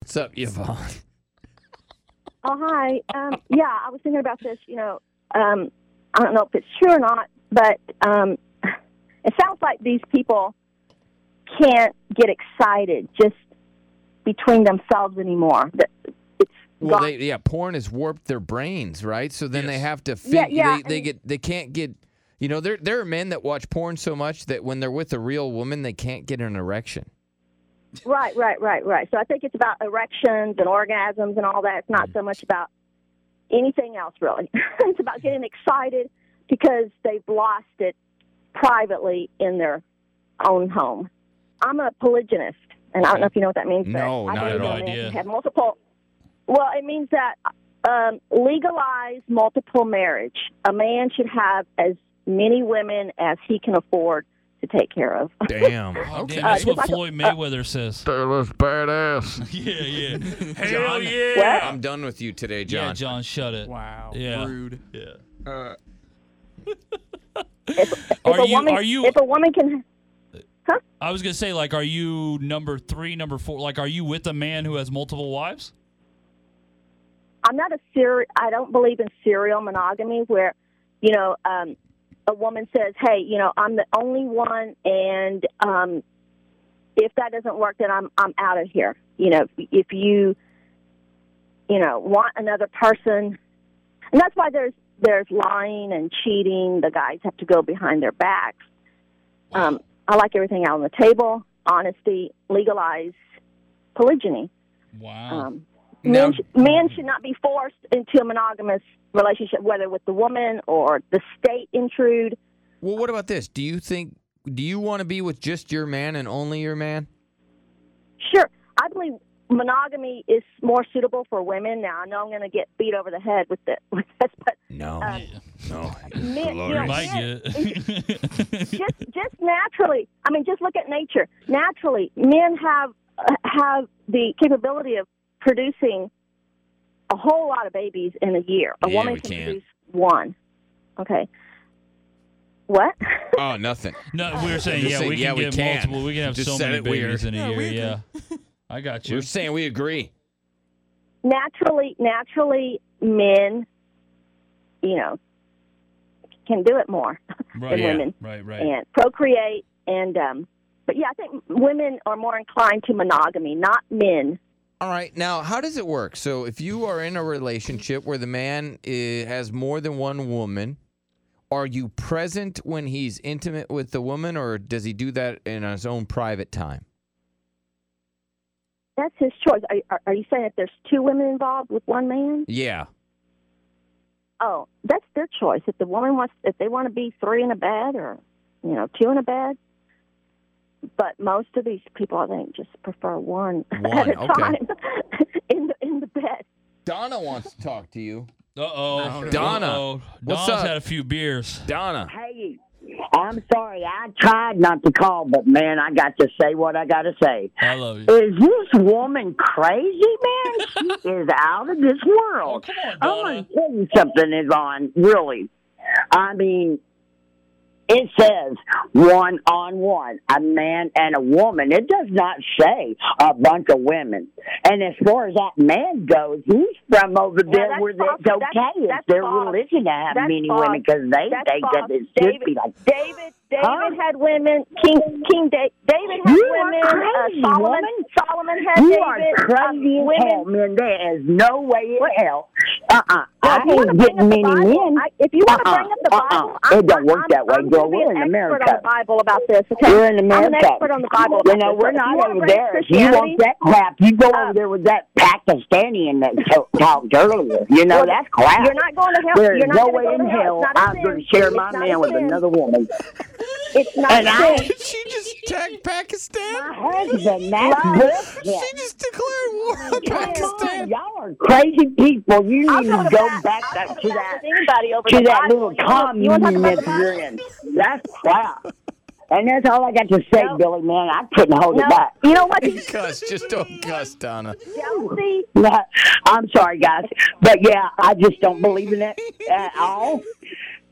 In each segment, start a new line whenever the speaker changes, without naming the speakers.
What's up, Yvonne?
Oh, hi. Um, yeah, I was thinking about this. You know, um, I don't know if it's true or not, but um, it sounds like these people can't get excited just between themselves anymore. That it's
Well,
gone.
they, yeah, porn has warped their brains, right? So then they have to
Yeah,
figure.
yeah,
They, they
and-
get. They can't get. You know, there there are men that watch porn so much that when they're with a real woman, they can't get an erection.
right, right, right, right. So I think it's about erections and orgasms and all that. It's not so much about anything else, really. it's about getting excited because they've lost it privately in their own home. I'm a polygynist, and I don't know if you know what that means. but
No,
I
not
believe
at all.
a man can
Idea.
Have multiple. Well, it means that um, legalize multiple marriage. A man should have as many women as he can afford to take care of.
Damn.
Oh,
okay.
damn, that's
Uh,
what
just like a-
Floyd Mayweather says.
That's badass.
yeah, yeah.
John.
Hell yeah.
What?
I'm done with you today,
Yeah,
John.
John, shut it.
Wow.
Yeah.
Rude.
Yeah.
if, if
Are
a
you-
woman,
are you-
if a woman can,
I was gonna say, like, are you number three, number four? Like, are you with a man who has multiple wives?
I'm not a serial. I don't believe in serial monogamy, where you know um, a woman says, "Hey, you know, I'm the only one, and um, if that doesn't work, then I'm I'm out of here." You know, if, if you you know want another person, and that's why there's there's lying and cheating. The guys have to go behind their backs. Um, I like everything out on the table. Honesty, legalize polygyny.
Wow.
Um,
Now-
men, sh- men should not be forced into a monogamous relationship, whether with the woman or the state intrude.
Well, what about this? Do you think? Do you want to be with just your man and only your man?
Sure, I believe monogamy is more suitable for women. Now, I know I'm going to get beat over the head with, the, with this, but
No.
Um,
no.
men, you
You
know,
might
men-
get.
just just naturally. I mean, just look at nature. Naturally, men have uh, have the capability of producing a whole lot of babies in a year. A
Yeah,
woman
we
can
can't.
produce one. Okay. What?
Oh, nothing.
no, we were saying,
Just
yeah,
saying,
we can
yeah, we
get
can.
multiple. We can have
Just
so
said
many
it weird.
babies in a year. Yeah. I got you.
We're saying we agree.
naturally naturally men you know can do it more
Right.
than
yeah.
women.
Right. Right.
and procreate and um but yeah i think women are more inclined to monogamy not men
All right. Now, how does it work? So, if you are in a relationship where the man i has more than one woman, are you present when he's intimate with the woman, or does he do that in his own private time?
that's his choice are, are, are you saying that there's two women involved with one man
Yeah.
oh that's their choice if the woman wants if they want to be three in a bed or you know two in a bed but most of these people i think just prefer one,
One,
at a
okay.
time in the in the bed
Donna wants to talk to you.
Uh oh.
Donna, what's
Donna's
up?
had a few beers.
Donna.
Hey, I'm sorry. I tried not to call, but man, I got to say what I got to say.
I love you.
Is this woman crazy, man? she is out of this
Oh,
world.
come on,
I'm going
Donna.
to tell you something, Yvonne. Really. I mean, it says one on one, a man and a woman. It does not say a bunch of women. And as far as that man goes, he's from over there
that's
where it's
false.
okay.
That's-
it's
that's
their
false.
religion to have
That's
many
false.
women because they
That's
think
false.
that it should
David,
be like
David, David
Huh?
had women. King, King da- David had
You are
women.
crazy,
uh, Solomon,
woman.
Solomon had
You
David.
are
uh,
crazy as
women.
hell, man. There is no way in hell. Uh uh
Well,
I
if you wanna bring
ain't
up
getting
the
many
Bible,
men.
I, if you want to
Uh-uh,
bring up the
uh-uh.
Bible,
It
I'm-
don't work
I'm-
that way,
I'm
girl.
gonna be
We're
an
in
expert
America.
On the Bible about this. Okay?
We're
I'm
in
an
America.
expert on the Bible.
You
about
know,
this.
we're
If you
not
wanna
over
bring
there. If you
Christianity-
want that crap, you go
Um,
over there with that Pakistani and that so- talked earlier. You know,
Well,
that's crap.
You're not going to hell.
There is
you're not
no
gonna
way
go
in
to hell.
hell
It's not a
I'm going
sin.
to share my
It's not a
man with
sin.
another woman.
It's not
And I-
fair.
Did she just attack Pakistan?
My husband, that's bullshit.
She just declared war on Pakistan.
Y'all are crazy people. You
I'll
need to
talk
go
about-
back
I'll
that-
talk
to
about
that
with anybody over
to
the
that
Bible.
little
You want- you want to talk about
communism
the
you're
Bible?
in. That's crap. And that's all I got to say,
No.
Billy. Man, I couldn't hold it
No,
back.
you know what?
Cuss, just don't cuss, Donna.
Jealousy.
I'm sorry, guys, but yeah, I just don't believe in it at all.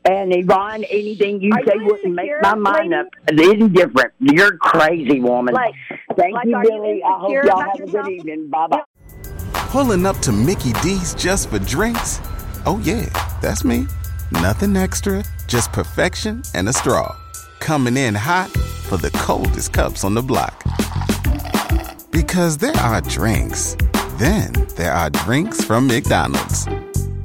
And Yvonne, anything you
Are
say
you
wouldn't make
insecure,
my mind up. It is different. You're a crazy, woman.
Like-
Thank
like,
you,
are you
Billy. I hope
insecure
y'all
about
have a
yourself?
good evening. Bye bye.
Pulling up to Mickey D's just for drinks? Oh, yeah, that's me. Nothing extra, just perfection and a straw. Coming in hot for the coldest cups on the block. Because there are drinks, then there are drinks from McDonald's.